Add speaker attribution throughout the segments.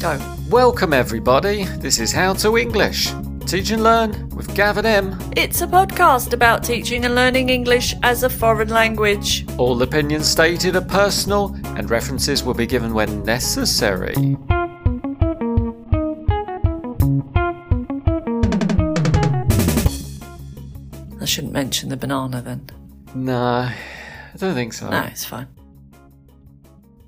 Speaker 1: Go. Welcome, everybody. This is How to English. Teach and learn with Gavin M.
Speaker 2: It's a podcast about teaching and learning English as a foreign language.
Speaker 1: All opinions stated are personal and references will be given when necessary.
Speaker 2: I shouldn't mention the banana then.
Speaker 1: No, I don't think so.
Speaker 2: No, it's fine.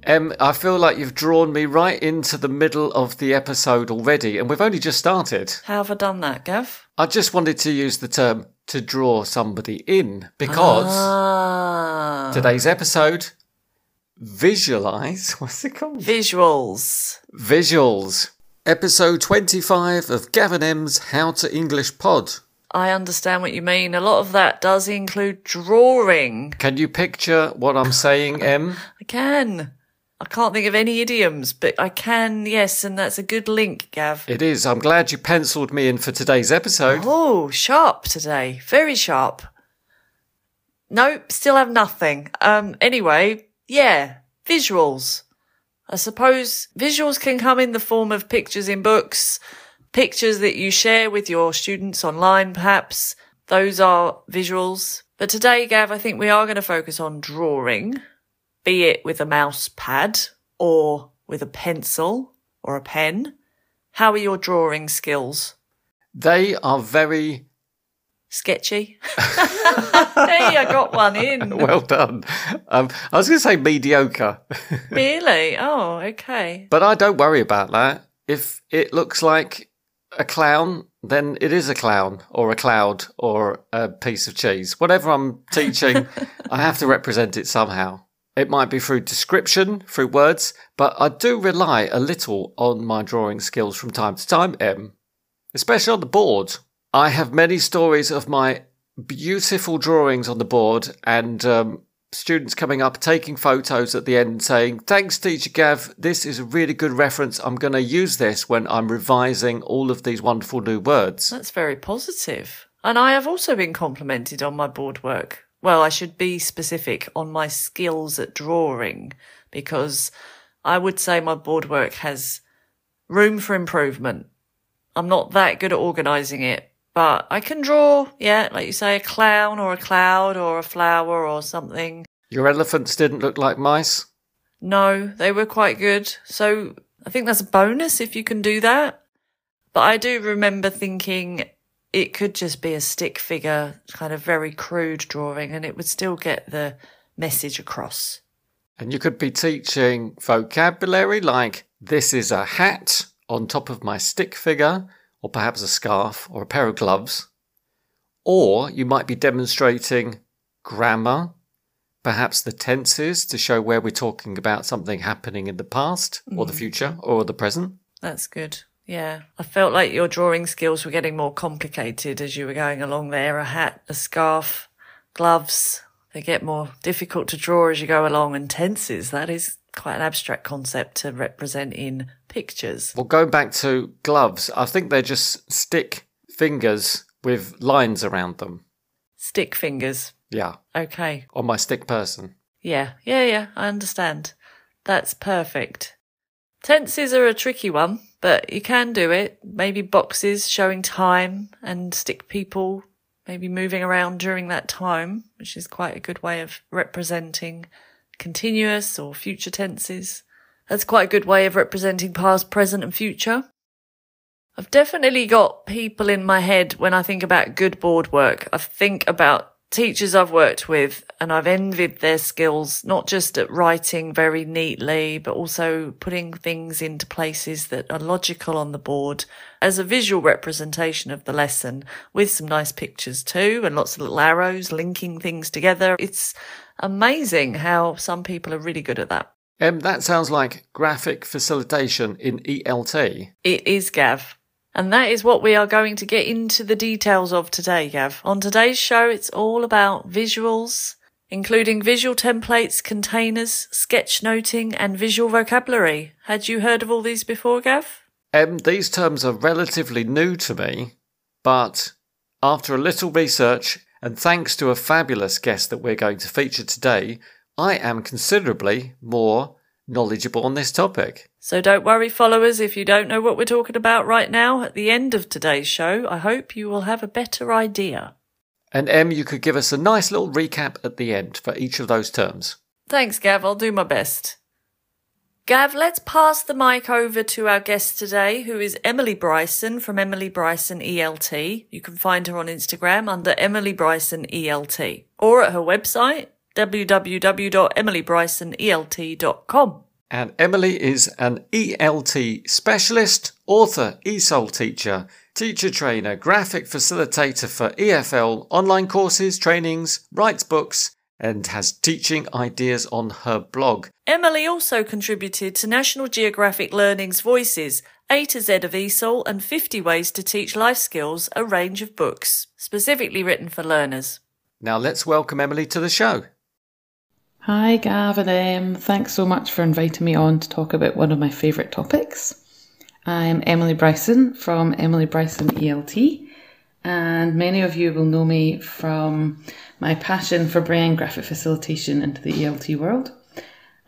Speaker 1: Em, I feel like you've drawn me right into the middle of the episode already, and we've only just started.
Speaker 2: How have I done that, Gav?
Speaker 1: I just wanted to use the term to draw somebody in because
Speaker 2: Ah,
Speaker 1: today's episode visualize what's it called?
Speaker 2: visuals.
Speaker 1: Visuals. Episode 25 of Gavin M's How to English Pod.
Speaker 2: I understand what you mean. A lot of that does include drawing.
Speaker 1: Can you picture what I'm saying, Em?
Speaker 2: I can. I can't think of any idioms, but I can, yes, and that's a good link, Gav.
Speaker 1: It is. I'm glad you penciled me in for today's episode.
Speaker 2: Oh, sharp today. Very sharp. Nope, still have nothing. Um, anyway, yeah, visuals. I suppose visuals can come in the form of pictures in books, pictures that you share with your students online, perhaps. Those are visuals. But today, Gav, I think we are going to focus on drawing, be it with a mouse pad or with a pencil or a pen. How are your drawing skills?
Speaker 1: They are very
Speaker 2: sketchy. hey, I got one in.
Speaker 1: well done. Um, I was going to say mediocre,
Speaker 2: Really? Oh, okay.
Speaker 1: but I don't worry about that. If it looks like a clown, then it is a clown or a cloud or a piece of cheese. Whatever I'm teaching, I have to represent it somehow. It might be through description, through words, but I do rely a little on my drawing skills from time to time, Em, especially on the board. I have many stories of my beautiful drawings on the board and um, students coming up taking photos at the end saying, Thanks, teacher Gav, this is a really good reference. I'm going to use this when I'm revising all of these wonderful new words.
Speaker 2: That's very positive. And I have also been complimented on my board work. Well, I should be specific on my skills at drawing because I would say my board work has room for improvement. I'm not that good at organising it, but I can draw, yeah, like you say, a clown or a cloud or a flower or something.
Speaker 1: Your elephants didn't look like mice.
Speaker 2: No, they were quite good. So I think that's a bonus if you can do that. But I do remember thinking it could just be a stick figure, kind of very crude drawing, and it would still get the message across.
Speaker 1: And you could be teaching vocabulary like this is a hat on top of my stick figure, or perhaps a scarf or a pair of gloves. Or you might be demonstrating grammar, perhaps the tenses to show where we're talking about something happening in the past or the future or the present.
Speaker 2: That's good. Yeah. I felt like your drawing skills were getting more complicated as you were going along there. A hat, a scarf, gloves. They get more difficult to draw as you go along, and tenses. That is quite an abstract concept to represent in pictures.
Speaker 1: Well, going back to gloves, I think they're just stick fingers with lines around them.
Speaker 2: Stick fingers.
Speaker 1: Yeah,
Speaker 2: Okay.
Speaker 1: on my stick person.
Speaker 2: Yeah. Yeah. Yeah. I understand. That's perfect. Tenses are a tricky one, but you can do it. Maybe boxes showing time and stick people maybe moving around during that time, which is quite a good way of representing continuous or future tenses. That's quite a good way of representing past, present and future. I've definitely got people in my head when I think about good board work. I think about teachers I've worked with and I've envied their skills, not just at writing very neatly, but also putting things into places that are logical on the board as a visual representation of the lesson with some nice pictures too and lots of little arrows linking things together. It's amazing how some people are really good at that.
Speaker 1: Um, that sounds like graphic facilitation in E ELT.
Speaker 2: It is Gav. And that is what we are going to get into the details of today, Gav. On today's show, it's all about visuals, including visual templates, containers, sketch noting, and visual vocabulary. Had you heard of all these before, Gav?
Speaker 1: Um, these terms are relatively new to me, but after a little research and thanks to a fabulous guest that we're going to feature today, I am considerably more knowledgeable on this topic.
Speaker 2: So don't worry, followers, if you don't know what we're talking about right now. At the end of today's show, I hope you will have a better idea.
Speaker 1: And Em, you could give us a nice little recap at the end for each of those terms.
Speaker 2: Thanks, Gav. I'll do my best. Gav, let's pass the mic over to our guest today, who is Emily Bryson from Emily Bryson ELT. You can find her on Instagram under Emily Bryson ELT or at her website, E www.emilybrysonelt.com.
Speaker 1: And Emily is an ELT specialist, author, ESOL teacher, teacher trainer, graphic facilitator for EFL online courses, trainings, writes books, and has teaching ideas on her blog.
Speaker 2: Emily also contributed to National Geographic Learning's Voices, A to Z of E ESOL, and 50 Ways to Teach Life Skills, a range of books, specifically written for learners.
Speaker 1: Now let's welcome Emily to the show.
Speaker 3: Hi, Gav and Em. Thanks so much for inviting me on to talk about one of my favourite topics. I'm Emily Bryson from Emily Bryson ELT, and many of you will know me from my passion for bringing graphic facilitation into the ELT world.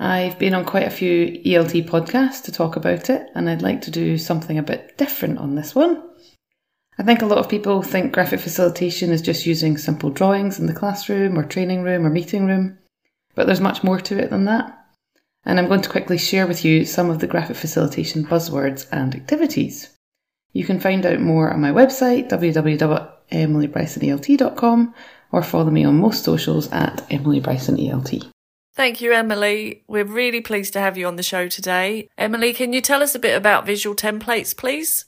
Speaker 3: I've been on quite a few ELT podcasts to talk about it, and I'd like to do something a bit different on this one. I think a lot of people think graphic facilitation is just using simple drawings in the classroom or training room or meeting room. But there's much more to it than that. And I'm going to quickly share with you some of the graphic facilitation buzzwords and activities. You can find out more on my website, e www.emilybrysonelt.com, or follow me on most socials at e emilybrysonelt.
Speaker 2: Thank you, Emily. We're really pleased to have you on the show today. Emily, can you tell us a bit about visual templates, please?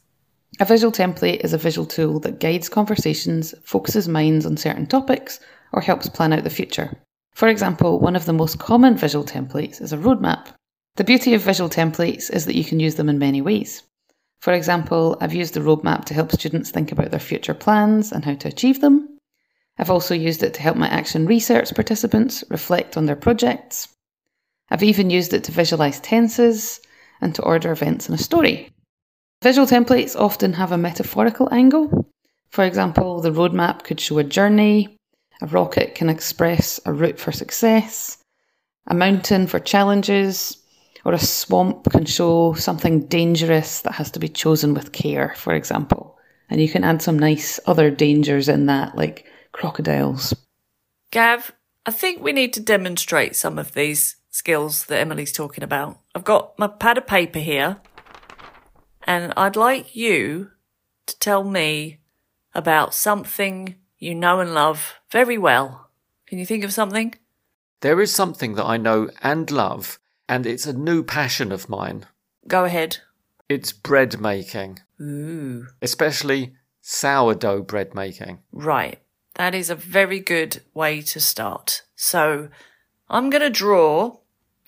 Speaker 3: A visual template is a visual tool that guides conversations, focuses minds on certain topics, or helps plan out the future. For example, one of the most common visual templates is a roadmap. The beauty of visual templates is that you can use them in many ways. For example, I've used the roadmap to help students think about their future plans and how to achieve them. I've also used it to help my action research participants reflect on their projects. I've even used it to visualise tenses and to order events in a story. Visual templates often have a metaphorical angle. For example, the roadmap could show a journey, a rocket can express a route for success, a mountain for challenges, or a swamp can show something dangerous that has to be chosen with care, for example. And you can add some nice other dangers in that, like crocodiles.
Speaker 2: Gav, I think we need to demonstrate some of these skills that Emily's talking about. I've got my pad of paper here, and I'd like you to tell me about something you know and love very well. Can you think of something?
Speaker 1: There is something that I know and love, and it's a new passion of mine.
Speaker 2: Go ahead.
Speaker 1: It's bread making,
Speaker 2: Ooh.
Speaker 1: especially sourdough bread making.
Speaker 2: Right. That is a very good way to start. So I'm going to draw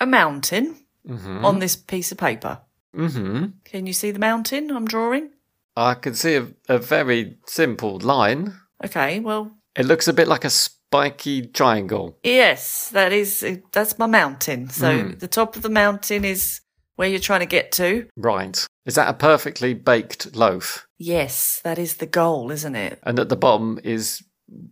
Speaker 2: a mountain
Speaker 1: Mm-hmm.
Speaker 2: on this piece of paper.
Speaker 1: hmm
Speaker 2: Can you see the mountain I'm drawing?
Speaker 1: I can see a, a very simple line.
Speaker 2: Okay, well,
Speaker 1: It looks a bit like a spiky triangle.
Speaker 2: yes, that is that's my mountain. So
Speaker 1: Mm.
Speaker 2: the top of the mountain is where you're trying to get to.
Speaker 1: Right. Is that a perfectly baked loaf?
Speaker 2: Yes, that is the goal, isn't it?
Speaker 1: And at the bottom is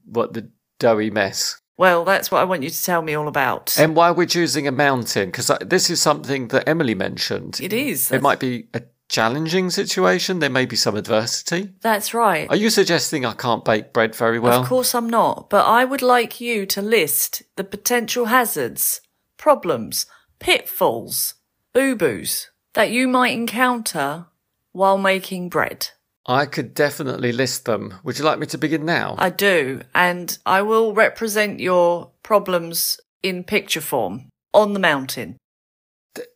Speaker 1: what the doughy mess.
Speaker 2: Well, that's what I want you to tell me all about.
Speaker 1: And why we're choosing a mountain? Because this is something that Emily mentioned.
Speaker 2: it is.
Speaker 1: It might be a challenging situation. There may be some adversity.
Speaker 2: That's right.
Speaker 1: Are you suggesting I can't bake bread very well?
Speaker 2: Of course I'm not, but I would like you to list the potential hazards, problems, pitfalls, boo boos that you might encounter while making bread.
Speaker 1: I could definitely list them. Would you like me to begin now?
Speaker 2: I do, and I will represent your problems in picture form on the mountain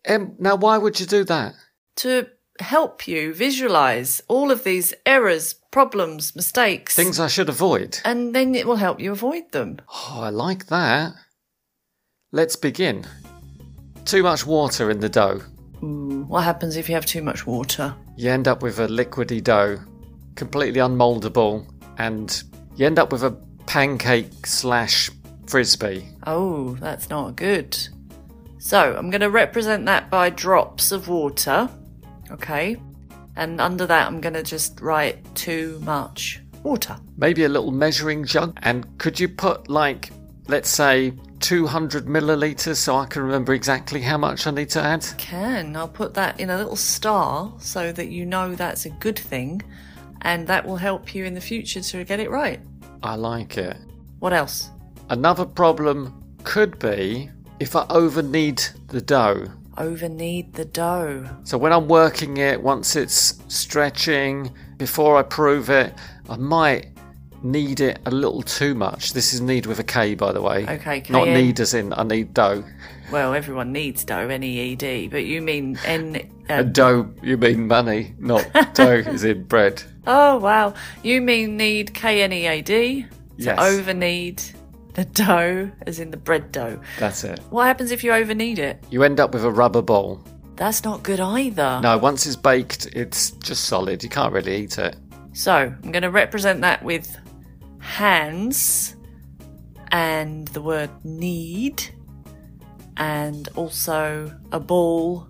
Speaker 1: Em, now, why would you do that?
Speaker 2: to help you visualize all of these errors, problems, mistakes,
Speaker 1: Things I should avoid.
Speaker 2: and then it will help you avoid them.
Speaker 1: Oh, I like that. Let's begin. Too much water in the dough.
Speaker 2: Ooh, what happens if you have too much water?
Speaker 1: You end up with a liquidy dough, completely unmouldable, and you end up with a pancake slash frisbee.
Speaker 2: Oh, that's not good. So I'm going to represent that by drops of water. Okay. And under that, I'm going to just write too much water.
Speaker 1: Maybe a little measuring jug. And could you put, like, let's say 200 millilitres so I can remember exactly how much I need to add?
Speaker 2: Can. I'll put that in a little star so that you know that's a good thing and that will help you in the future to get it right.
Speaker 1: I like it.
Speaker 2: What else?
Speaker 1: Another problem could be if I over knead the dough.
Speaker 2: Over knead the dough.
Speaker 1: So when I'm working it, once it's stretching, before I prove it, I might knead it a little too much. This is knead with a K, by the way.
Speaker 2: Okay,
Speaker 1: Not
Speaker 2: K-N.
Speaker 1: knead as in I need dough.
Speaker 2: Well, everyone needs dough, N E E D, but you mean N.
Speaker 1: A
Speaker 2: Uh,
Speaker 1: dough, you mean money, not dough is in bread.
Speaker 2: oh, wow. You mean need K N E A D.
Speaker 1: Yes,
Speaker 2: Over knead the dough, as in the bread dough.
Speaker 1: that's it.
Speaker 2: What happens if you over knead it?
Speaker 1: You end up with a rubber ball.
Speaker 2: That's not good either.
Speaker 1: No, once it's baked, it's just solid. You can't really eat it.
Speaker 2: So I'm going to represent that with hands and the word need and also a ball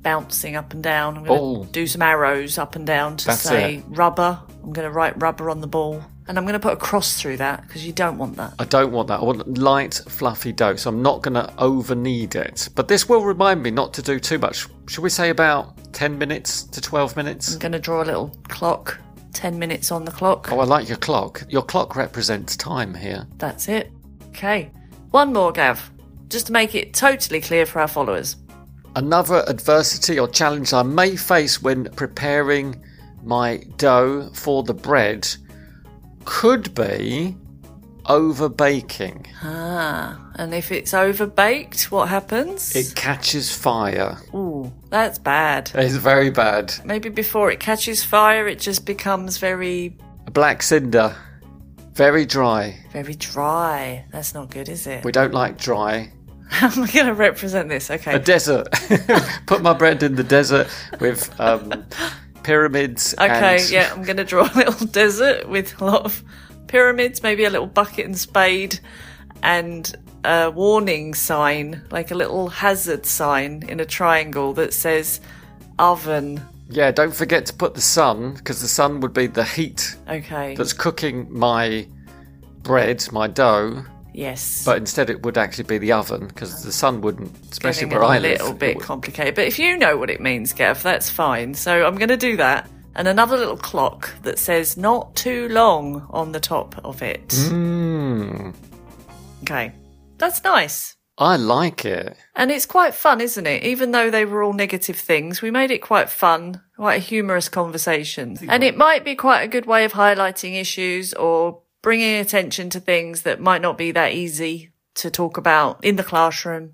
Speaker 2: bouncing up and down. I'm going
Speaker 1: Ball.
Speaker 2: to do some arrows up and down to
Speaker 1: That's
Speaker 2: say
Speaker 1: it.
Speaker 2: rubber. I'm going to write rubber on the ball and I'm going to put a cross through that because you don't want that.
Speaker 1: I don't want that. I want light, fluffy dough, so I'm not going to over knead it. But this will remind me not to do too much. Should we say about 10 minutes to 12 minutes?
Speaker 2: I'm going to draw a little clock, 10 minutes on the clock.
Speaker 1: Oh, I like your clock. Your clock represents time here.
Speaker 2: That's it. Okay. One more, Gav, just to make it totally clear for our followers.
Speaker 1: Another adversity or challenge I may face when preparing my dough for the bread could be over baking.
Speaker 2: Ah, and if it's overbaked, what happens?
Speaker 1: It catches fire.
Speaker 2: Ooh, that's bad.
Speaker 1: It's very bad.
Speaker 2: Maybe before it catches fire, it just becomes very,
Speaker 1: Black cinder. Very dry.
Speaker 2: very dry. That's not good, is it?
Speaker 1: We don't like dry.
Speaker 2: How am I going to represent this?
Speaker 1: A
Speaker 2: Okay.
Speaker 1: desert. Put my bread in the desert with um, pyramids.
Speaker 2: Okay,
Speaker 1: and-
Speaker 2: yeah, I'm going to draw a little desert with a lot of pyramids, maybe a little bucket and spade, and a warning sign, like a little hazard sign in a triangle that says oven.
Speaker 1: Yeah, don't forget to put the sun, because the sun would be the heat
Speaker 2: Okay.
Speaker 1: that's cooking my bread, my dough,
Speaker 2: yes.
Speaker 1: but instead it would actually be the oven because the sun wouldn't, especially
Speaker 2: getting
Speaker 1: where I
Speaker 2: a
Speaker 1: live.
Speaker 2: little
Speaker 1: it
Speaker 2: bit
Speaker 1: would-
Speaker 2: complicated. But if you know what it means, Gav, that's fine. So I'm going to do that. And another little clock that says not too long on the top of it.
Speaker 1: Mm-hmm. Mm,
Speaker 2: Okay. That's nice.
Speaker 1: I like it.
Speaker 2: And it's quite fun, isn't it? Even though they were all negative things, we made it quite fun, quite a humorous conversation. And it might be quite a good way of highlighting issues or bringing attention to things that might not be that easy to talk about in the classroom.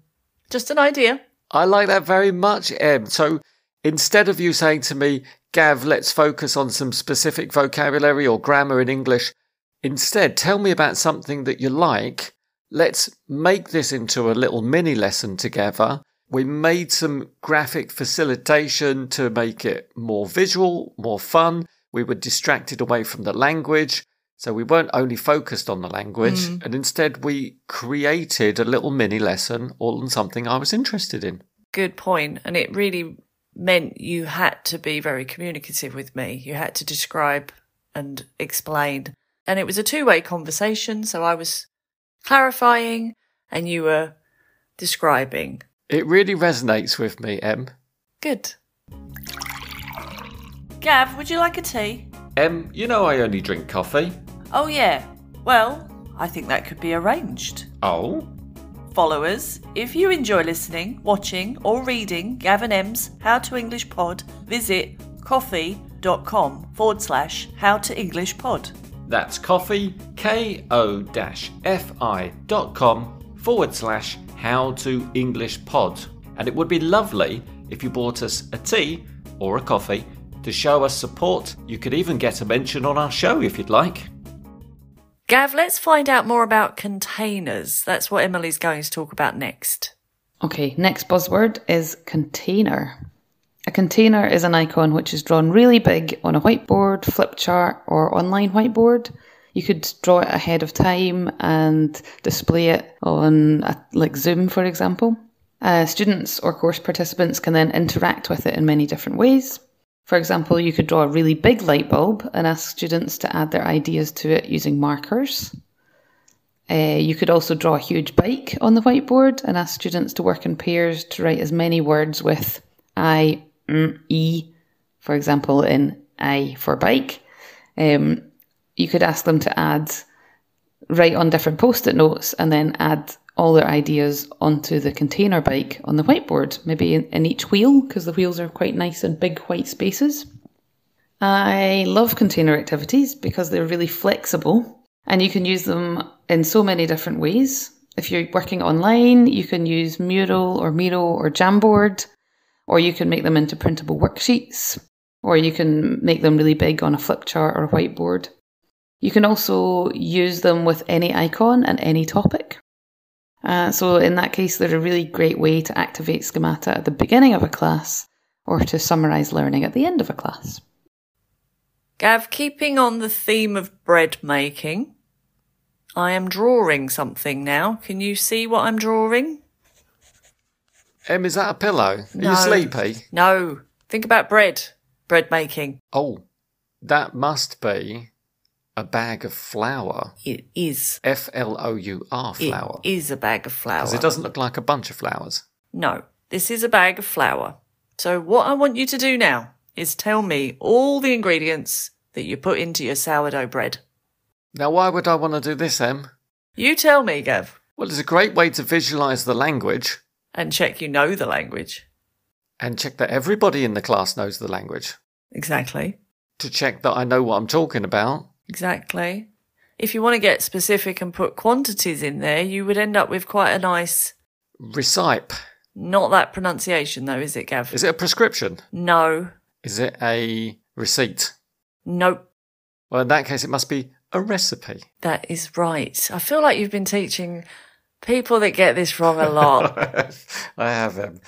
Speaker 2: Just an idea.
Speaker 1: I like that very much, Em. So instead of you saying to me, Gav, let's focus on some specific vocabulary or grammar in English, instead tell me about something that you like. Let's make this into a little mini lesson together. We made some graphic facilitation to make it more visual, more fun. We were distracted away from the language. So we weren't only focused on the language, and instead we created a little mini lesson on something I was interested in.
Speaker 2: good point and it really meant you had to be very communicative with me you had to describe and explain and it was a two-way conversation so i was clarifying and you were describing
Speaker 1: It really resonates with me, Em.
Speaker 2: good gav would you like a tea
Speaker 1: Em, you know I only drink coffee.
Speaker 2: oh yeah well i think that could be arranged
Speaker 1: Oh?
Speaker 2: Followers, if you enjoy listening, watching, or reading Gavin M's How to English Pod, visit coffee.com forward slash how to English pod.
Speaker 1: That's coffee, ko fi dot com forward slash how to English pod. And it would be lovely if you bought us a tea or a coffee to show us support. You could even get a mention on our show if you'd like.
Speaker 2: Gav, let's find out more about containers. That's what Emily's going to talk about next.
Speaker 3: Okay, next buzzword is container. A container is an icon which is drawn really big on a whiteboard, flip chart, or online whiteboard. You could draw it ahead of time and display it on, a, like Zoom, for example. Uh, students or course participants can then interact with it in many different ways. For example, you could draw a really big light bulb and ask students to add their ideas to it using markers. Uh, you could also draw a huge bike on the whiteboard and ask students to work in pairs to write as many words with I, mm, E, for example, in I for bike. Um, you could ask them to add, write on different post it notes and then add all their ideas onto the container bike on the whiteboard, maybe in, in each wheel, because the wheels are quite nice and big white spaces. I love container activities because they're really flexible and you can use them in so many different ways. If you're working online, you can use Mural or Miro or Jamboard, or you can make them into printable worksheets, or you can make them really big on a flip chart or a whiteboard. You can also use them with any icon and any topic. Uh, so, in that case, they're a really great way to activate schemata at the beginning of a class or to summarise learning at the end of a class.
Speaker 2: Gav, keeping on the theme of bread making, I am drawing something now. Can you see what I'm drawing?
Speaker 1: Em, is that a pillow? Are
Speaker 2: No.
Speaker 1: you eh? sleepy?
Speaker 2: No. Think about bread. Bread making.
Speaker 1: Oh, that must be a bag of flour.
Speaker 2: It is.
Speaker 1: F L O U R flour.
Speaker 2: It is a bag of flour.
Speaker 1: Because it doesn't look like a bunch of flowers.
Speaker 2: No, this is a bag of flour. So what I want you to do now is tell me all the ingredients that you put into your sourdough bread.
Speaker 1: Now, why would I want to do this, Em?
Speaker 2: You tell me, Gav,
Speaker 1: Well, it's a great way to visualise the language
Speaker 2: and check you know the language.
Speaker 1: and check that everybody in the class knows the language.
Speaker 2: Exactly.
Speaker 1: To check that I know what I'm talking about.
Speaker 2: Exactly. If you want to get specific and put quantities in there, you would end up with quite a nice,
Speaker 1: Recipe.
Speaker 2: not that pronunciation though, is it, Gav?
Speaker 1: Is it a prescription?
Speaker 2: no.
Speaker 1: Is it a receipt?
Speaker 2: Nope.
Speaker 1: Well, in that case, it must be a recipe.
Speaker 2: That is right. I feel like you've been teaching people that get this wrong a lot.
Speaker 1: I have um,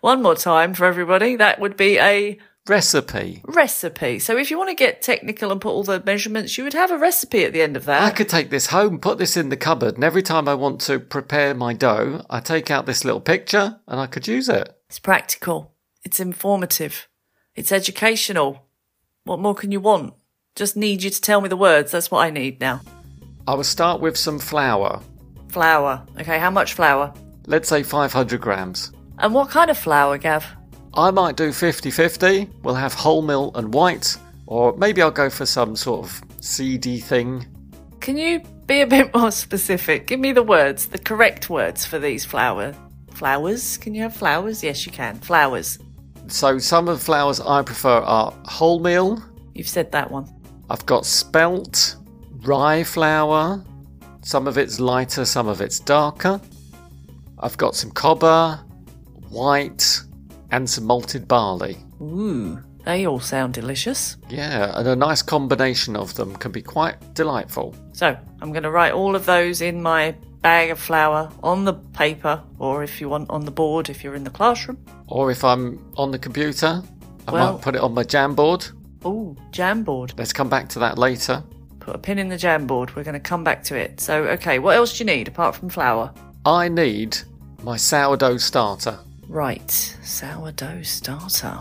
Speaker 2: One more time for everybody. That would be a
Speaker 1: recipe.
Speaker 2: recipe. So if you want to get technical and put all the measurements, you would have a recipe at the end of
Speaker 1: I
Speaker 2: that.
Speaker 1: could take this home, put this in the cupboard, and every time I want to prepare my dough, I take out this little picture and I could use it.
Speaker 2: It's practical. It's informative. It's educational. What more can you want? Just need you to tell me the words. That's what I need now.
Speaker 1: I will start with some flour.
Speaker 2: Flour. Okay, how much flour?
Speaker 1: Let's say 500 grams.
Speaker 2: And what kind of flour, Gav?
Speaker 1: I might do 50 50. We'll have wholemeal and white, or maybe I'll go for some sort of seedy thing.
Speaker 2: Can you be a bit more specific? Give me the words, the correct words for these flour. Flowers? Can you have flowers? Yes, you can. Flowers.
Speaker 1: So, some of the flours I prefer are wholemeal,
Speaker 2: You've said that one.
Speaker 1: I've got spelt, rye flour. Some of it's lighter, some of it's darker. I've got some cobber, white, and some malted barley.
Speaker 2: Ooh, they all sound delicious.
Speaker 1: Yeah, and a nice combination of them can be quite delightful.
Speaker 2: So I'm going to write all of those in my bag of flour on the paper, or if you want, on the board if you're in the classroom.
Speaker 1: Or if I'm on the computer, I
Speaker 2: Well-
Speaker 1: might put it on my Jamboard.
Speaker 2: Ooh, jam board.
Speaker 1: Let's come back to that later.
Speaker 2: Put a pin in the jam board. We're going to come back to it. So, okay, what else do you need apart from flour?
Speaker 1: I need my sourdough starter.
Speaker 2: Right, sourdough starter.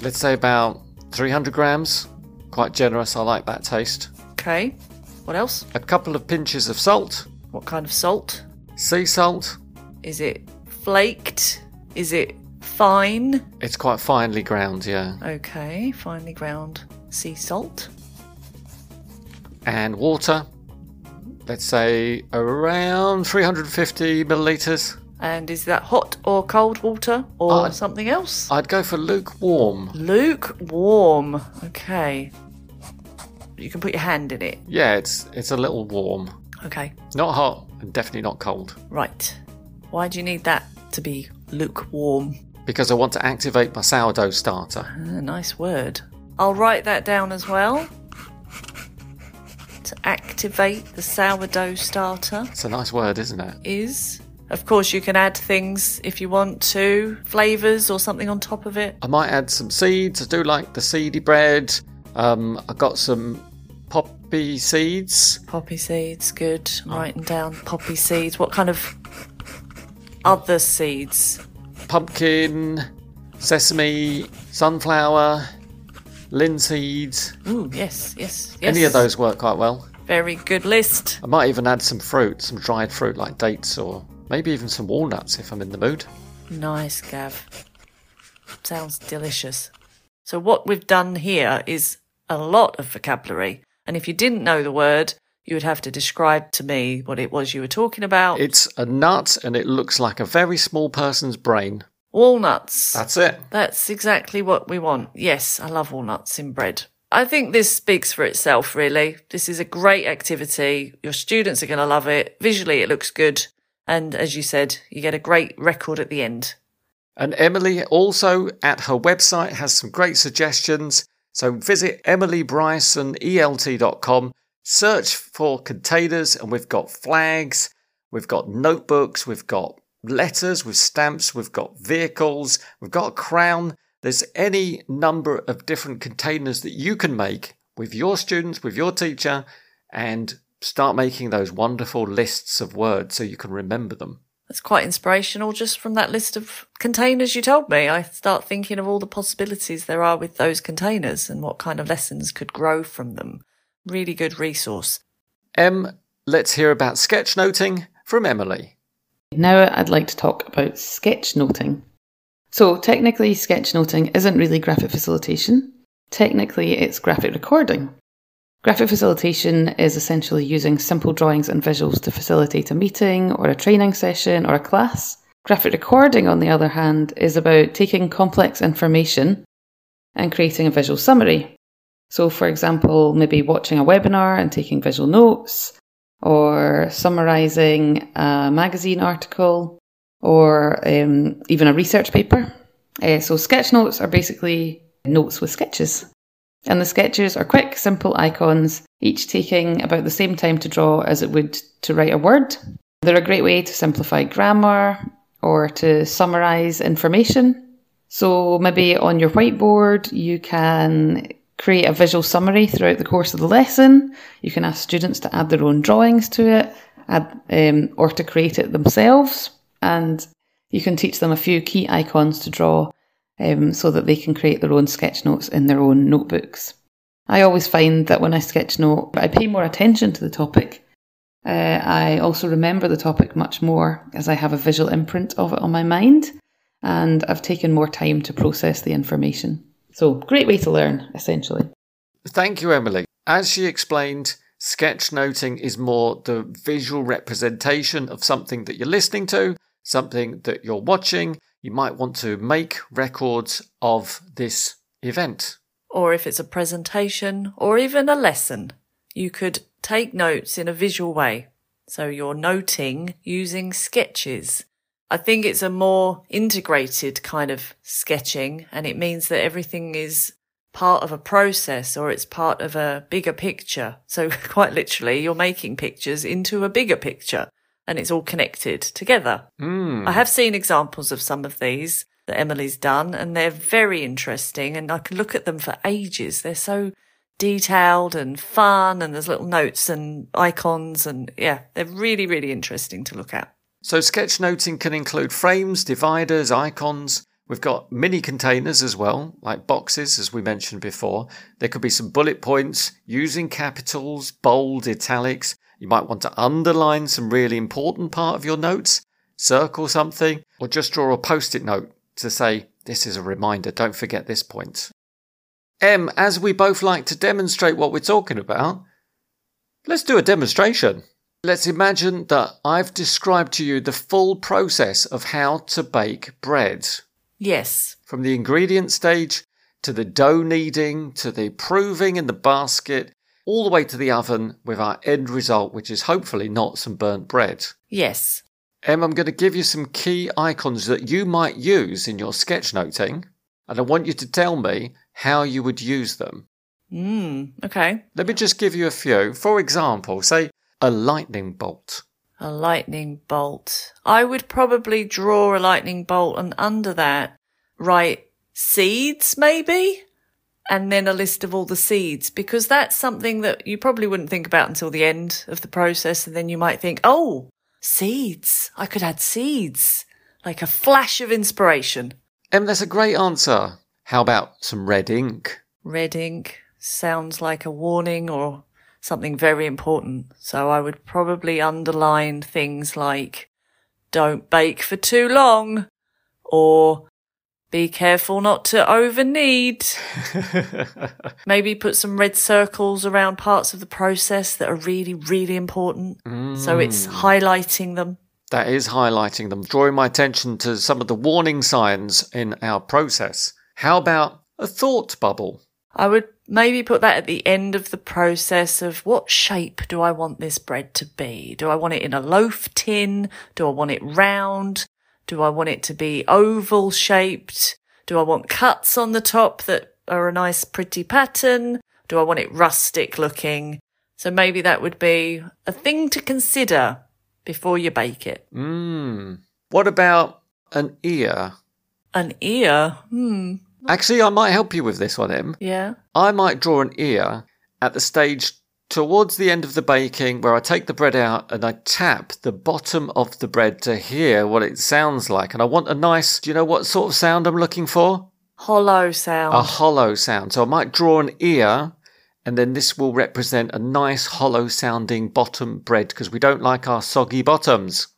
Speaker 1: Let's say about 300 grams. Quite generous, I like that taste.
Speaker 2: Okay, what else?
Speaker 1: A couple of pinches of salt,
Speaker 2: What kind of salt?
Speaker 1: Sea salt,
Speaker 2: Is it flaked? Is it fine?
Speaker 1: it's quite finely ground, yeah.
Speaker 2: Okay, finely ground sea salt.
Speaker 1: And water, let's say around 350 millilitres.
Speaker 2: And is that hot or cold water or
Speaker 1: Oh.
Speaker 2: something else?
Speaker 1: I'd go for lukewarm.
Speaker 2: Lukewarm. Okay. You can put your hand in it.
Speaker 1: Yeah, it's it's a little warm.
Speaker 2: Okay.
Speaker 1: Not hot and definitely not cold.
Speaker 2: Right. Why do you need that to be lukewarm?
Speaker 1: Because I want to activate my sourdough starter.
Speaker 2: Ah, nice word. I'll write that down as well. To activate the sourdough starter
Speaker 1: It's a nice word, isn't it?
Speaker 2: is. Of course, you can add things if you want to, flavours or something on top of it.
Speaker 1: I might add some seeds. I do like the seedy bread. Um, I got some poppy seeds.
Speaker 2: Poppy seeds, good. I'm writing down poppy seeds. What kind of other seeds?
Speaker 1: pumpkin, sesame, sunflower, linseeds.
Speaker 2: Ooh, yes, yes, yes.
Speaker 1: Any of those work quite well.
Speaker 2: Very good list.
Speaker 1: I might even add some fruit, some dried fruit like dates or maybe even some walnuts if I'm in the mood.
Speaker 2: Nice, Gav. Sounds delicious. So, what we've done here is a lot of vocabulary. And if you didn't know the word, you would have to describe to me what it was you were talking about.
Speaker 1: It's a nut and it looks like a very small person's brain.
Speaker 2: Walnuts.
Speaker 1: That's it.
Speaker 2: That's exactly what we want. Yes, I love walnuts in bread. I think this speaks for itself, really. This is a great activity. Your students are going to love it. Visually, it looks good. And as you said, you get a great record at the end.
Speaker 1: And Emily also at her website has some great suggestions. So visit E emilybrysonelt.com, search for containers, and we've got flags, we've got notebooks, we've got letters with stamps, we've got vehicles, we've got a crown. There's any number of different containers that you can make with your students, with your teacher, and start making those wonderful lists of words so you can remember them.
Speaker 2: That's quite inspirational just from that list of containers you told me. I start thinking of all the possibilities there are with those containers and what kind of lessons could grow from them. Really good resource.
Speaker 1: Em, let's hear about sketchnoting from Emily.
Speaker 3: Now I'd like to talk about sketchnoting. So, technically, sketchnoting isn't really graphic facilitation. Technically, it's graphic recording. Graphic facilitation is essentially using simple drawings and visuals to facilitate a meeting or a training session or a class. Graphic recording, on the other hand, is about taking complex information and creating a visual summary. So, for example, maybe watching a webinar and taking visual notes, or summarizing a magazine article or um, even a research paper. Uh, so, sketch notes are basically notes with sketches. And the sketches are quick, simple icons, each taking about the same time to draw as it would to write a word. They're a great way to simplify grammar or to summarize information. So, maybe on your whiteboard, you can create a visual summary throughout the course of the lesson. You can ask students to add their own drawings to it add, um, or to create it themselves. And you can teach them a few key icons to draw um, so that they can create their own sketch notes in their own notebooks. I always find that when I sketch note, I pay more attention to the topic. Uh, I also remember the topic much more as I have a visual imprint of it on my mind and I've taken more time to process the information. So, great way to learn, essentially.
Speaker 1: Thank you, Emily. As she explained, sketchnoting is more the visual representation of something that you're listening to, something that you're watching. You might want to make records of this event.
Speaker 2: Or if it's a presentation or even a lesson, you could take notes in a visual way. So you're noting using sketches. I think it's a more integrated kind of sketching, and it means that everything is part of a process or it's part of a bigger picture. So, quite literally, you're making pictures into a bigger picture, and it's all connected together.
Speaker 1: Mm.
Speaker 2: I have seen examples of some of these that Emily's done, and they're very interesting, and I could look at them for ages. They're so detailed and fun, and there's little notes and icons, and yeah, they're really, really interesting to look at.
Speaker 1: So, sketchnoting can include frames, dividers, icons. We've got mini containers as well, like boxes, as we mentioned before. There could be some bullet points using capitals, bold, italics. You might want to underline some really important part of your notes, circle something, or just draw a post it note to say, This is a reminder, don't forget this point. M, as we both like to demonstrate what we're talking about, let's do a demonstration. Let's imagine that I've described to you the full process of how to bake bread
Speaker 2: Yes.
Speaker 1: from the ingredient stage to the dough kneading to the proving in the basket, all the way to the oven with our end result, which is hopefully not some burnt bread.
Speaker 2: Yes.
Speaker 1: Em, I'm going to give you some key icons that you might use in your sketchnoting, and I want you to tell me how you would use them.
Speaker 2: Mm, okay.
Speaker 1: Let me just give you a few. For example, say a lightning bolt.
Speaker 2: A lightning bolt. I would probably draw a lightning bolt and under that write seeds, maybe? And then a list of all the seeds, because that's something that you probably wouldn't think about until the end of the process. And then you might think, oh, seeds. I could add seeds. Like a flash of inspiration.
Speaker 1: Em, that's a great answer. How about some red ink?
Speaker 2: Red ink sounds like a warning or something very important. So I would probably underline things like don't bake for too long or be careful not to overknead. Maybe put some red circles around parts of the process that are really, really important. So
Speaker 1: Mm.
Speaker 2: it's highlighting them.
Speaker 1: That is highlighting them, drawing my attention to some of the warning signs in our process. How about a thought bubble?
Speaker 2: I would maybe put that at the end of the process of what shape do I want this bread to be? Do I want it in a loaf tin? Do I want it round? Do I want it to be oval shaped? Do I want cuts on the top that are a nice pretty pattern? Do I want it rustic looking? So maybe that would be a thing to consider before you bake it.
Speaker 1: Mm. What about an ear?
Speaker 2: An ear? Hmm.
Speaker 1: Actually, I might help you with this one, Em.
Speaker 2: Yeah.
Speaker 1: I might draw an ear at the stage towards the end of the baking where I take the bread out and I tap the bottom of the bread to hear what it sounds like. And I want a nice, do you know what sort of sound I'm looking for?
Speaker 2: Hollow sound.
Speaker 1: A hollow sound. So I might draw an ear and then this will represent a nice hollow sounding bottom bread because we don't like our soggy bottoms.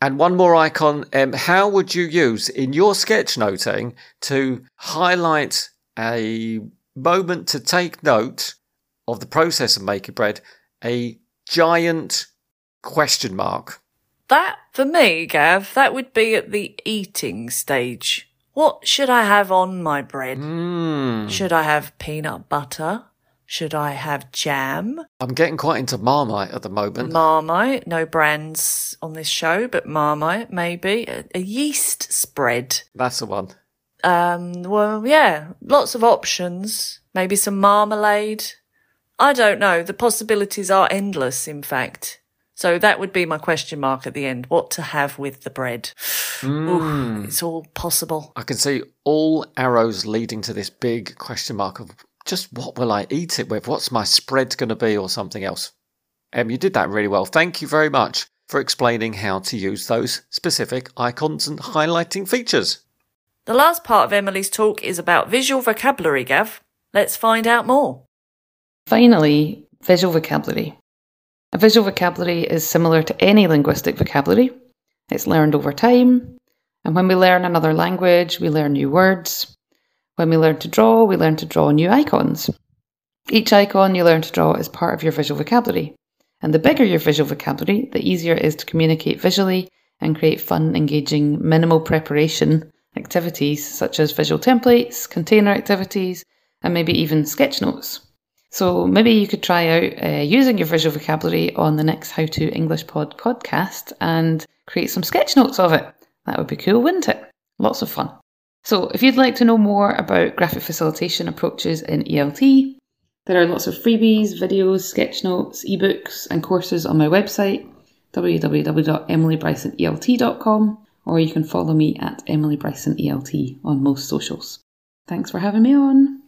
Speaker 1: And one more icon, um, how would you use in your sketchnoting to highlight a moment to take note of the process of making bread, a giant question mark?
Speaker 2: That, for me, Gav, that would be at the eating stage. What should I have on my bread?
Speaker 1: Mm,
Speaker 2: Should I have peanut butter? Should I have jam?
Speaker 1: I'm getting quite into Marmite at the moment.
Speaker 2: Marmite, no brands on this show, but Marmite maybe. A, a yeast spread.
Speaker 1: That's the one.
Speaker 2: Um, well, yeah, lots of options. Maybe some marmalade. I don't know. The possibilities are endless, in fact. So that would be my question mark at the end. What to have with the bread? Ooh, it's all possible.
Speaker 1: I can see all arrows leading to this big question mark of just what will I eat it with? What's my spread going to be, or something else? Em, you did that really well. Thank you very much for explaining how to use those specific icons and highlighting features.
Speaker 2: The last part of Emily's talk is about visual vocabulary, Gav. Let's find out more.
Speaker 3: Finally, visual vocabulary. A visual vocabulary is similar to any linguistic vocabulary. It's learned over time, and when we learn another language, we learn new words. When we learn to draw, we learn to draw new icons. Each icon you learn to draw is part of your visual vocabulary, and the bigger your visual vocabulary, the easier it is to communicate visually and create fun, engaging, minimal preparation activities such as visual templates, container activities, and maybe even sketch notes. So maybe you could try out uh, using your visual vocabulary on the next How to English Pod podcast and create some sketch notes of it. That would be cool, wouldn't it? Lots of fun. So if you'd like to know more about graphic facilitation approaches in ELT, there are lots of freebies, videos, sketch notes, ebooks, and courses on my website, www.emilybrisonelt.com, or you can follow me at emilybrisonelt on most socials. Thanks for having me on.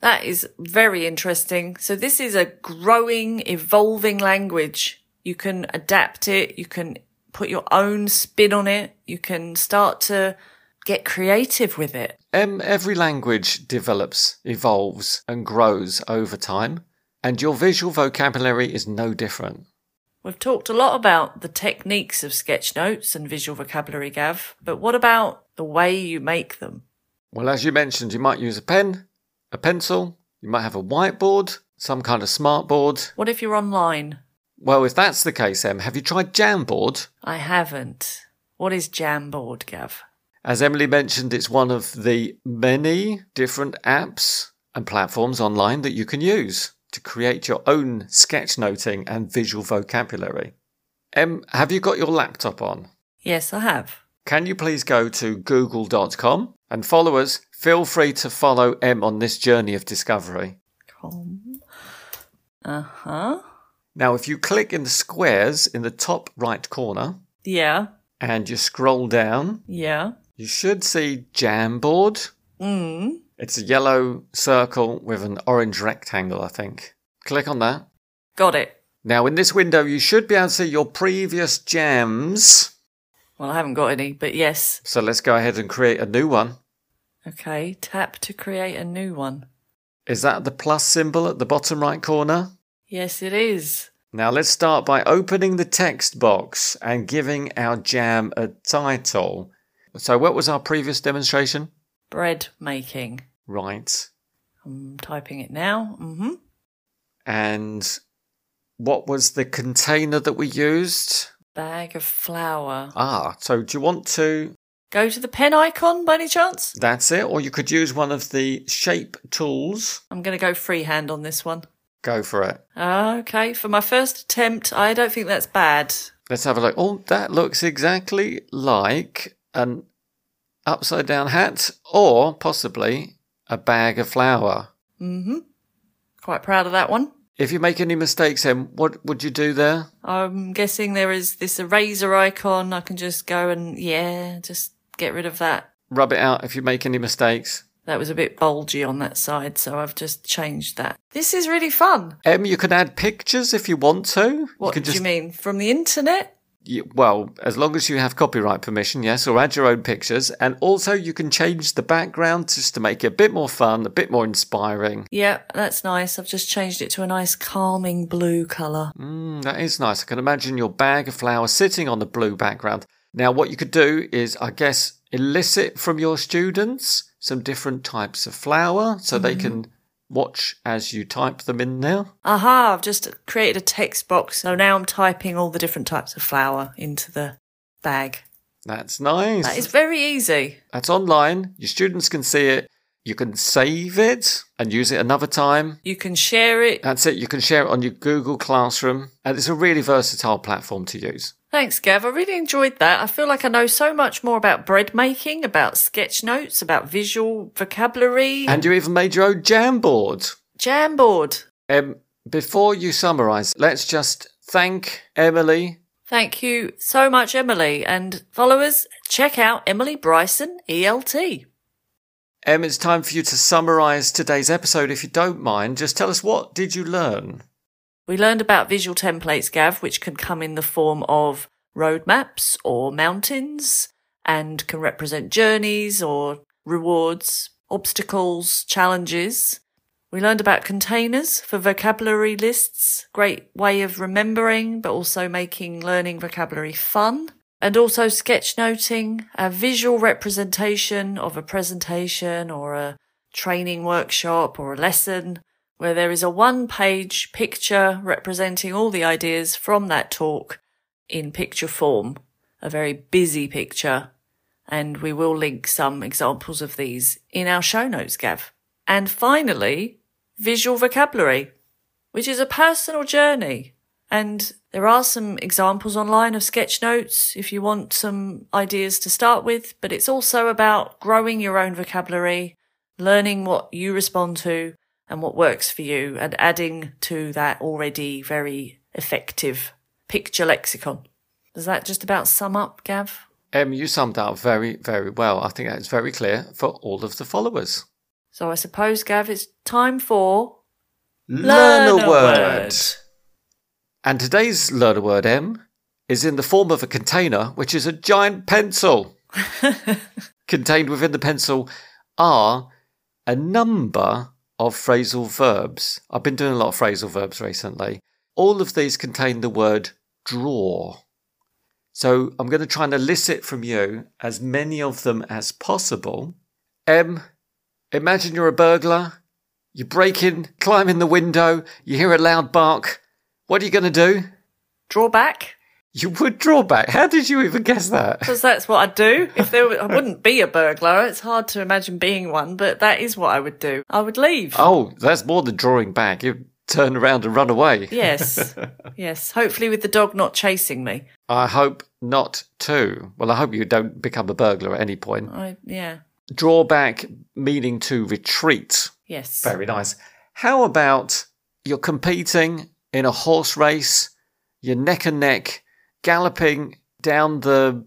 Speaker 2: That is very interesting. So this is a growing, evolving language. You can adapt it. You can put your own spin on it. You can start to get creative with it.
Speaker 1: Em, every language develops, evolves, and grows over time, and your visual vocabulary is no different.
Speaker 2: We've talked a lot about the techniques of sketch notes and visual vocabulary, Gav, but what about the way you make them?
Speaker 1: Well, as you mentioned, you might use a pen, a pencil, you might have a whiteboard, some kind of smartboard.
Speaker 2: What if you're online?
Speaker 1: Well, if that's the case, Em, have you tried Jamboard?
Speaker 2: I haven't. What is Jamboard, Gav?
Speaker 1: As Emily mentioned, it's one of the many different apps and platforms online that you can use to create your own sketchnoting and visual vocabulary. Em, have you got your laptop on?
Speaker 2: Yes, I have.
Speaker 1: Can you please go to google.com and followers, feel free to follow Em on this journey of discovery.
Speaker 2: Com. Uh huh.
Speaker 1: Now, if you click in the squares in the top right corner
Speaker 2: Yeah.
Speaker 1: and you scroll down,
Speaker 2: Yeah.
Speaker 1: you should see Jamboard.
Speaker 2: Mm.
Speaker 1: It's a yellow circle with an orange rectangle, I think. Click on that.
Speaker 2: Got it.
Speaker 1: Now, in this window, you should be able to see your previous jams.
Speaker 2: Well, I haven't got any, but yes.
Speaker 1: So let's go ahead and create a new one.
Speaker 2: Okay. Tap to create a new one.
Speaker 1: Is that the plus symbol at the bottom right corner?
Speaker 2: Yes, it is.
Speaker 1: Now let's start by opening the text box and giving our jam a title. So, what was our previous demonstration?
Speaker 2: Bread making.
Speaker 1: Right.
Speaker 2: I'm typing it now. hmm
Speaker 1: And what was the container that we used?
Speaker 2: Bag of flour.
Speaker 1: Ah, so do you want to?
Speaker 2: Go to the pen icon by any chance?
Speaker 1: That's it. Or you could use one of the shape tools.
Speaker 2: I'm going to go freehand on this one.
Speaker 1: Go for it.
Speaker 2: Okay, for my first attempt, I don't think that's bad.
Speaker 1: Let's have a look. Oh, that looks exactly like an upside down hat or possibly a bag of flour.
Speaker 2: hmm Quite proud of that one.
Speaker 1: If you make any mistakes, then what would you do there?
Speaker 2: I'm guessing there is this eraser icon. I can just go and, yeah, just get rid of that.
Speaker 1: Rub it out if you make any mistakes.
Speaker 2: That was a bit bulgy on that side, so I've just changed that. This is really fun.
Speaker 1: Em, you can add pictures if you want to.
Speaker 2: What
Speaker 1: you can
Speaker 2: do you mean? From the internet?
Speaker 1: you- well, as long as you have copyright permission, yes, or add your own pictures. And also, you can change the background just to make it a bit more fun, a bit more inspiring.
Speaker 2: Yeah, that's nice. I've just changed it to a nice calming blue colour.
Speaker 1: Mm, that is nice. I can imagine your bag of flowers sitting on the blue background. Now, what you could do is, I guess, elicit from your students some different types of flower so they can
Speaker 2: Mm-hmm.
Speaker 1: watch as you type them in there.
Speaker 2: Aha, I've just created a text box, so now I'm typing all the different types of flour into the bag.
Speaker 1: That's nice.
Speaker 2: That is very easy.
Speaker 1: That's online. Your students can see it. You can save it and use it another time.
Speaker 2: You can share it.
Speaker 1: That's it. You can share it on your Google Classroom. And it's a really versatile platform to use.
Speaker 2: Thanks, Gav. I really enjoyed that. I feel like I know so much more about bread making, about sketch notes, about visual vocabulary.
Speaker 1: And you even made your own jam board.
Speaker 2: Jamboard.
Speaker 1: Um, before you summarise, let's just thank Emily.
Speaker 2: Thank you so much, Emily. And followers, check out Emily Bryson E ELT.
Speaker 1: Em, Um, it's time for you to summarise today's episode. If you don't mind, just tell us what did you learn?
Speaker 2: We learned about visual templates, Gav, which can come in the form of roadmaps or mountains and can represent journeys or rewards, obstacles, challenges. We learned about containers for vocabulary lists, great way of remembering, but also making learning vocabulary fun. And also sketchnoting, a visual representation of a presentation or a training workshop or a lesson where there is a one page picture representing all the ideas from that talk in picture form, a very busy picture. And we will link some examples of these in our show notes, Gav. And finally, visual vocabulary, which is a personal journey. And there are some examples online of sketch notes if you want some ideas to start with, but it's also about growing your own vocabulary learning what you respond to and what works for you and adding to that already very effective picture lexicon. Does that just about sum up, Gav?
Speaker 1: Em, Um, you summed up very, very well. I think that's very clear for all of the followers.
Speaker 2: So I suppose, Gav, it's time for
Speaker 1: And today's learn a word, Em, is in the form of a container, which is a giant pencil. Contained within the pencil are a number of phrasal verbs. I've been doing a lot of phrasal verbs recently. All of these contain the word draw. So I'm going to try and elicit from you as many of them as possible. Em, imagine you're a burglar. You break in, climb in the window, you hear a loud bark. What are you going to do?
Speaker 2: Draw back,
Speaker 1: You would draw back. How did you even guess that?
Speaker 2: because that's what I'd do. If there, were, I wouldn't be a burglar. It's hard to imagine being one, but that is what I would do. I would leave.
Speaker 1: Oh, that's more than drawing back. You turn around and run away.
Speaker 2: Yes, yes. Hopefully, with the dog not chasing me.
Speaker 1: I hope not too. Well, I hope you don't become a burglar at any point.
Speaker 2: I yeah.
Speaker 1: Draw back meaning to retreat.
Speaker 2: Yes.
Speaker 1: Very nice. How about you're competing in a horse race, you're neck and neck, galloping down the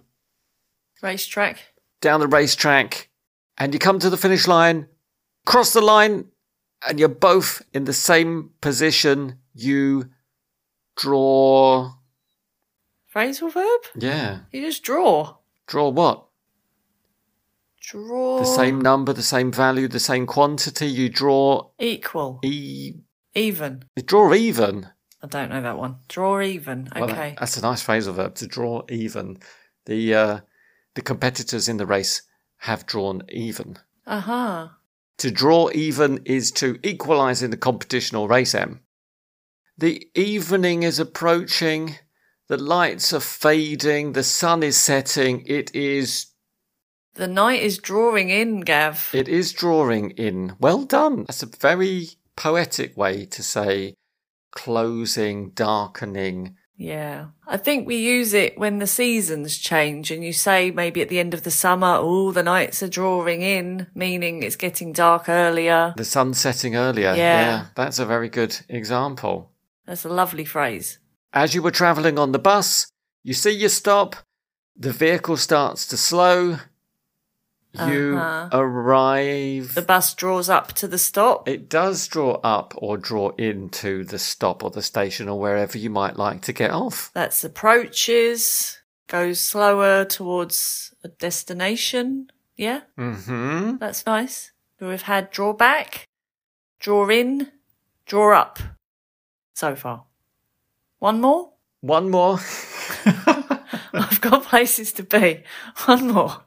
Speaker 2: Racetrack.
Speaker 1: down the racetrack and you come to the finish line, cross the line, and you're both in the same position. You draw.
Speaker 2: Phrasal verb?
Speaker 1: Yeah.
Speaker 2: You just draw.
Speaker 1: Draw what?
Speaker 2: Draw.
Speaker 1: The same number, the same value, the same quantity. You draw
Speaker 2: Equal.
Speaker 1: e-
Speaker 2: Even.
Speaker 1: Draw even.
Speaker 2: I don't know that one. Draw even. Okay.
Speaker 1: Well, that- that's a nice phrasal verb to draw even. The uh, the competitors in the race have drawn even.
Speaker 2: Aha.
Speaker 1: To draw even is to equalise in the competition or race, M. The evening is approaching, the lights are fading, the sun is setting, it is
Speaker 2: The night is drawing in, Gav.
Speaker 1: it is drawing in. Well done. That's a very poetic way to say closing, darkening.
Speaker 2: Yeah. I think we use it when the seasons change and you say maybe at the end of the summer, oh, the nights are drawing in, meaning it's getting dark earlier.
Speaker 1: The sun setting earlier.
Speaker 2: Yeah.
Speaker 1: that's a very good example.
Speaker 2: That's a lovely phrase.
Speaker 1: As you were travelling on the bus, you see you stop, the vehicle starts to slow, you
Speaker 2: Uh-huh.
Speaker 1: arrive.
Speaker 2: The bus draws up to the stop.
Speaker 1: it does draw up or draw into the stop or the station or wherever you might like to get off.
Speaker 2: That's approaches, goes slower towards a destination. Yeah.
Speaker 1: hmm
Speaker 2: That's nice. We've had draw back, draw in, draw up so far. One more?
Speaker 1: One more.
Speaker 2: I've got places to be. One more.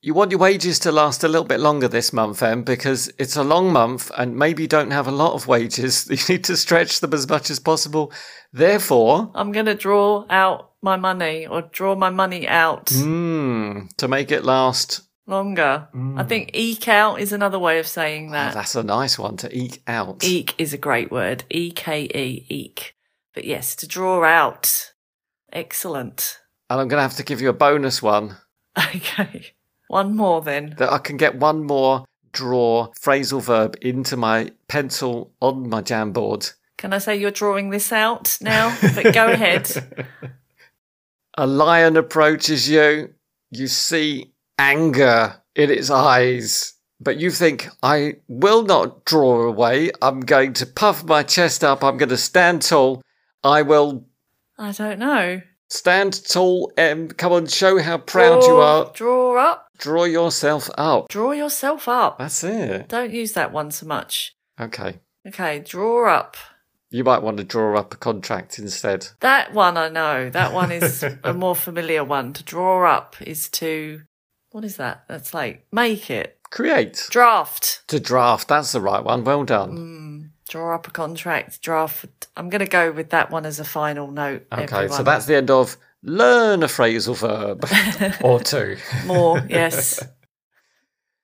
Speaker 1: You want your wages to last a little bit longer this month, Em, because it's a long month and maybe you don't have a lot of wages. You need to stretch them as much as possible. Therefore,
Speaker 2: I'm going to draw out my money or draw my money out
Speaker 1: mm, to make it last,
Speaker 2: longer. I think eke out is another way of saying
Speaker 1: Ah,
Speaker 2: that. E-
Speaker 1: that's a nice one to eke out.
Speaker 2: Eke is a great word. E K E, eke. But yes, to draw out. Excellent.
Speaker 1: and I'm going to have to give you a bonus one
Speaker 2: Okay. One more then.
Speaker 1: that I can get one more draw phrasal verb into my pencil on my Jamboard.
Speaker 2: Can I say you're drawing this out now? But go ahead.
Speaker 1: A lion approaches you. You see anger in its eyes. But you think, I will not draw away. I'm going to puff my chest up. I'm going to stand tall. I will
Speaker 2: I don't know.
Speaker 1: stand tall. Em, come on, show how proud you
Speaker 2: Draw-
Speaker 1: are.
Speaker 2: Draw up.
Speaker 1: Draw yourself up.
Speaker 2: Draw yourself up.
Speaker 1: That's it.
Speaker 2: Don't use that one so much.
Speaker 1: Okay.
Speaker 2: Okay, draw up.
Speaker 1: You might want to draw up a contract instead.
Speaker 2: That one I know. That one is a more familiar one. To draw up is to, what is that? That's like make it.
Speaker 1: Create.
Speaker 2: Draft.
Speaker 1: To draft. That's the right one. Well done.
Speaker 2: Draw up a contract. Draft. I'm going to go with that one as a final note.
Speaker 1: okay. So
Speaker 2: everyone.
Speaker 1: that's the end of learn a phrasal verb or two.
Speaker 2: more. Yes.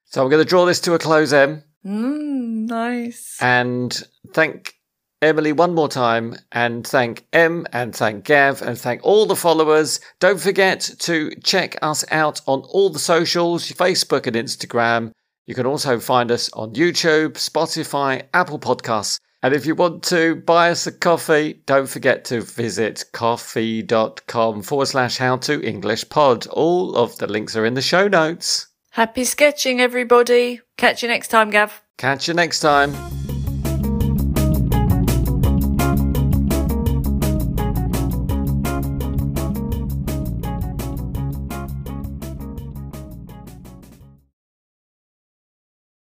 Speaker 1: So I'm going to draw this to a close, Em,
Speaker 2: Mm, nice.
Speaker 1: and thank Emily one more time, and thank Em, and thank Gav, and thank all the followers. Don't forget to check us out on all the socials Facebook and Instagram. You can also find us on YouTube, Spotify, Apple Podcasts. And if you want to buy us a coffee, don't forget to visit coffee.com forward slash how to English pod. All of the links are in the show notes.
Speaker 2: Happy sketching, everybody. Catch you next time, Gav.
Speaker 1: Catch you next time.